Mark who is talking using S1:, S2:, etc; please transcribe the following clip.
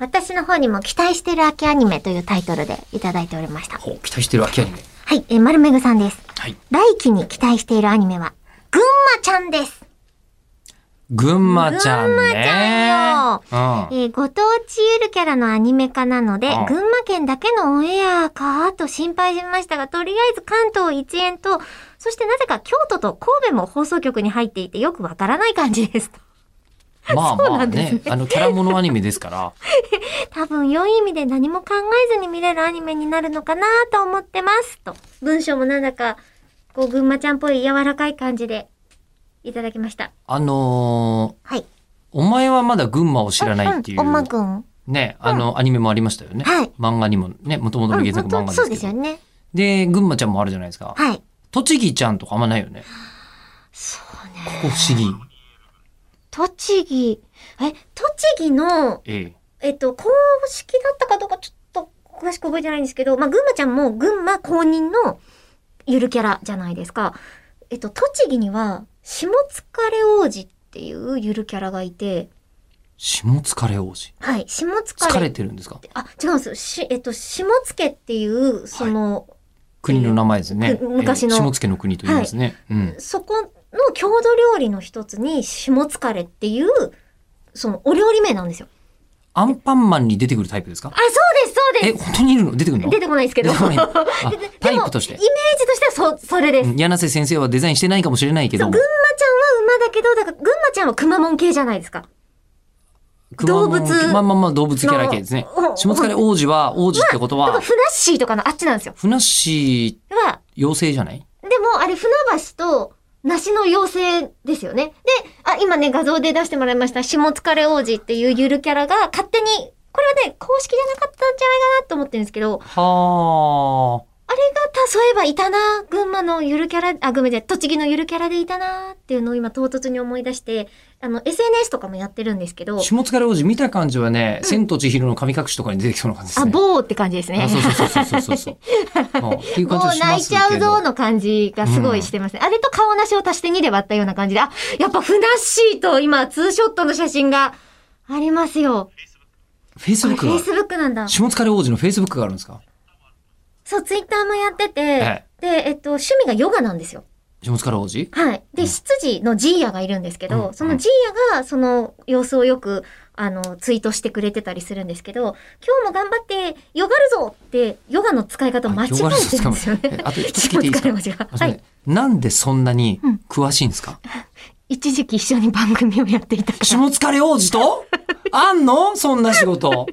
S1: 私の方にも期待してる秋アニメというタイトルでいただいておりました。
S2: ほう期待してる秋アニメ。
S1: はい、えー、丸めぐさんです。
S2: はい。
S1: 来期に期待しているアニメは、ぐんまちゃんです。
S2: 群馬ちゃんね。
S1: 群馬ちゃ
S2: うん。
S1: えーご当地ゆるキャラのアニメ化なので
S2: うん、
S1: 群馬県だけのオンエアかと心配しましたが、とりあえず関東一円と、そしてなぜか京都と神戸も放送局に入っていてよくわからない感じです。
S2: まあ
S1: そう
S2: ま
S1: な
S2: あ
S1: んです
S2: ね
S1: ね、
S2: あの、キャラものアニメですから、
S1: 多分良い意味で何も考えずに見れるアニメになるのかなと思ってます。と。文章もなんだか、こう、群馬ちゃんっぽい柔らかい感じでいただきました。
S2: あのー
S1: はい。
S2: お前はまだ群馬を知らないっていうう、
S1: んんおまくん。
S2: ね、あの、アニメもありましたよね。
S1: はい
S2: 漫画にもね、もともとの原作
S1: うん
S2: 漫画
S1: 本当
S2: ですけど。
S1: そうですよね。
S2: で、群馬ちゃんもあるじゃないですか。
S1: はい。
S2: 栃木ちゃんとかあんまないよね。
S1: そうね。
S2: ここ不思議。
S1: 栃木、え、栃木の、
S2: ええ。
S1: えっと、公式だったかどうかちょっと詳しく覚えてないんですけど、まあ、群馬ちゃんも群馬公認のゆるキャラじゃないですか。えっと、栃木には、下疲れ王子っていうゆるキャラがいて、
S2: 下疲れ王子。
S1: はい、下疲れ。
S2: 疲れてるんですか
S1: あ、違うんですよ。し、えっと、下付っていう、その、
S2: 国の名前ですね。
S1: く昔の
S2: ええ下野の国と言いますね。うん。
S1: そこの郷土料理の一つに、下疲れっていう、その、お料理名なんですよ。
S2: アンパンマンに出てくるタイプですか
S1: あ、そうです、そうです
S2: え、本当にいるの出てくるの
S1: 出てこないですけど。
S2: 出てこないあ
S1: で
S2: タイプとして
S1: でもイメージとしてはそ、それです。
S2: うん柳瀬先生はデザインしてないかもしれないけ
S1: そう、
S2: ども
S1: 群馬ちゃんは馬だけど、だから群馬ちゃんは熊門系じゃないですか。動
S2: 熊本
S1: 物
S2: まあまあまあ動物キャラ系ですね
S1: のお。
S2: 下疲れ王子は、王子ってこと
S1: だから
S2: は、
S1: フナッシーとかのあっちなんですよ。
S2: ふなっしー
S1: は、
S2: 妖精じゃない
S1: でもあれ船橋と梨の妖精ですよね。で、あ、今ね画像で出してもらいました、下疲れ王子っていうゆるキャラが勝手に、これはね、公式じゃなかったんじゃないかなと思ってるんですけど、
S2: は
S1: あれがた、そういえばいたな、群馬のゆるキャラ、あ、群馬じゃない、栃木のゆるキャラでいたなっていうのを今唐突に思い出して、あの、SNS とかもやってるんですけど
S2: あ。、下疲れ王子見た感じはね、千と千尋の神隠しとかに出てきそうな感じです
S1: あ、
S2: ね。
S1: 棒って感じですね。
S2: あそうそうそうそうそう そう。あっていう
S1: も
S2: 感
S1: う
S2: じはしま
S1: 泣い
S2: す
S1: ち
S2: けど。
S1: ゃうぞの感じがすごいしてますね。あれと顔なしを足して2で割ったような感じで、あ、やっぱふなっしーと今、ツーショットの写真がありますよ。
S2: フェイス
S1: こ
S2: ブ
S1: れ
S2: ッ
S1: フ
S2: ク
S1: ェイ
S2: が。
S1: スブックなんだ。
S2: 下疲れ王子のフェイスブックがあるんですか
S1: そう、ツイッターもやってて、
S2: え
S1: で、えっと、趣味がヨガなんですよ。
S2: 下疲れ王子
S1: はい。で、執事のジーヤがいるんですけど、
S2: うん
S1: そのジーヤがその様子をよく、あの、ツイートしてくれてたりするんですけど、今日も頑張って、ヨガるぞって、ヨガの使い方を間違えてるんですよね
S2: あヨガるぞ使う え。あと一つ聞
S1: 下
S2: いていいです
S1: 疲
S2: か
S1: れ文字が。
S2: あそ
S1: は
S2: れ
S1: い。
S2: なんでそんなに詳しいんですか、
S1: 一時期一緒に番組をやっていたから。
S2: 下疲れ王子とあんのそんな仕事。